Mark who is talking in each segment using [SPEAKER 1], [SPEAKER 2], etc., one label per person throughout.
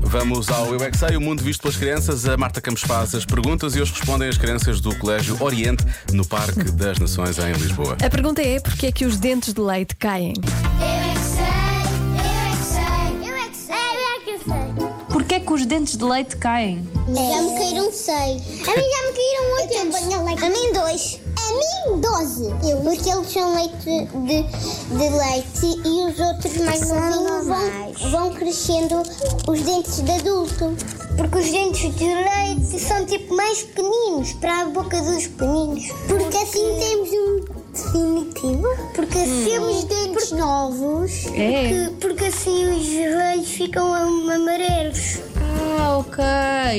[SPEAKER 1] Vamos ao Eu é que Sei, o mundo visto pelas crianças. A Marta Campos faz as perguntas e hoje respondem as crianças do Colégio Oriente, no Parque das Nações, em Lisboa.
[SPEAKER 2] A pergunta é porque é que os dentes de leite caem?
[SPEAKER 3] Porquê que os dentes de leite caem?
[SPEAKER 4] Já me caíram seis. A mim já me caíram oito. Eu tenho leite. A mim dois. A mim doze. Eu. Porque eles são leite de, de leite e os outros mais novinhos vão, vão crescendo os dentes de adulto. Porque os dentes de leite são tipo mais pequeninos, para a boca dos pequeninos. Porque, assim temos um definitivo. Porque assim temos dentes novos.
[SPEAKER 3] É.
[SPEAKER 4] Porque, porque assim os velhos ficam amarelos.
[SPEAKER 3] Ah, ok.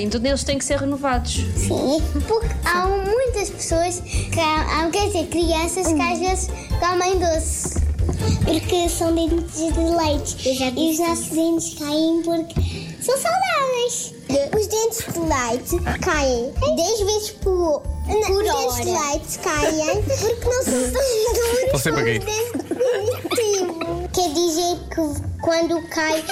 [SPEAKER 3] Então eles têm que ser renovados.
[SPEAKER 4] Sim, porque há um- muitas pessoas, que, há, há- quer dizer, crianças que às vezes comem doce. Porque são dentes de leite e os nossos dentes caem porque são saudáveis. Os dentes de leite caem 10 vezes por, por hora. Os dentes de leite caem porque não são duros
[SPEAKER 1] Estão sempre aqui.
[SPEAKER 4] Quer dizer que quando cai,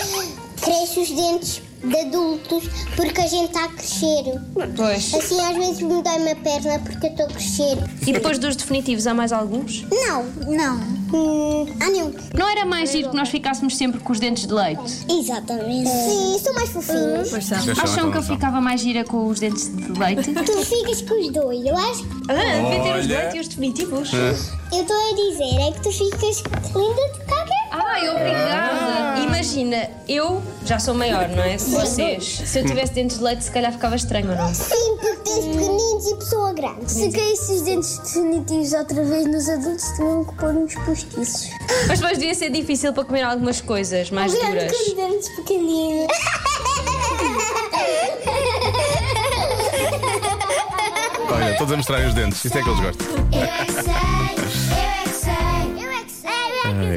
[SPEAKER 4] cresce os dentes de adultos porque a gente está a crescer.
[SPEAKER 3] Pois.
[SPEAKER 4] Assim, às vezes me dói uma perna porque eu estou a crescer.
[SPEAKER 3] E depois dos definitivos, há mais alguns?
[SPEAKER 4] Não, não. ah, não.
[SPEAKER 3] Não era mais giro que nós ficássemos sempre com os dentes de leite?
[SPEAKER 4] Exatamente. Eh, Uhum. Sim, são mais fofinhos.
[SPEAKER 3] Acham que eu
[SPEAKER 1] então.
[SPEAKER 3] ficava mais gira com os dentes de leite?
[SPEAKER 4] Tu ficas com os dois, eu acho. que
[SPEAKER 5] Ah, devia ter os
[SPEAKER 1] Olha.
[SPEAKER 5] dois e os definitivos.
[SPEAKER 4] Eu estou a dizer é que tu ficas linda de caca.
[SPEAKER 5] Ah.
[SPEAKER 3] Ai, obrigada.
[SPEAKER 5] Imagina, eu já sou maior, não é? Vocês. Se eu tivesse dentes de leite, se calhar ficava estranho, ou não?
[SPEAKER 4] Sim, porque tens
[SPEAKER 5] Hum.
[SPEAKER 4] pequeninos e pessoa grande. Se caísse os dentes definitivos outra vez nos adultos, tinham que pôr uns postiços.
[SPEAKER 5] Mas depois devia ser difícil para comer algumas coisas mais duras.
[SPEAKER 4] com os dentes pequeninos.
[SPEAKER 1] Olha, todos a mostrarem os dentes, isso é que eles gostam.
[SPEAKER 4] Eu é que sei.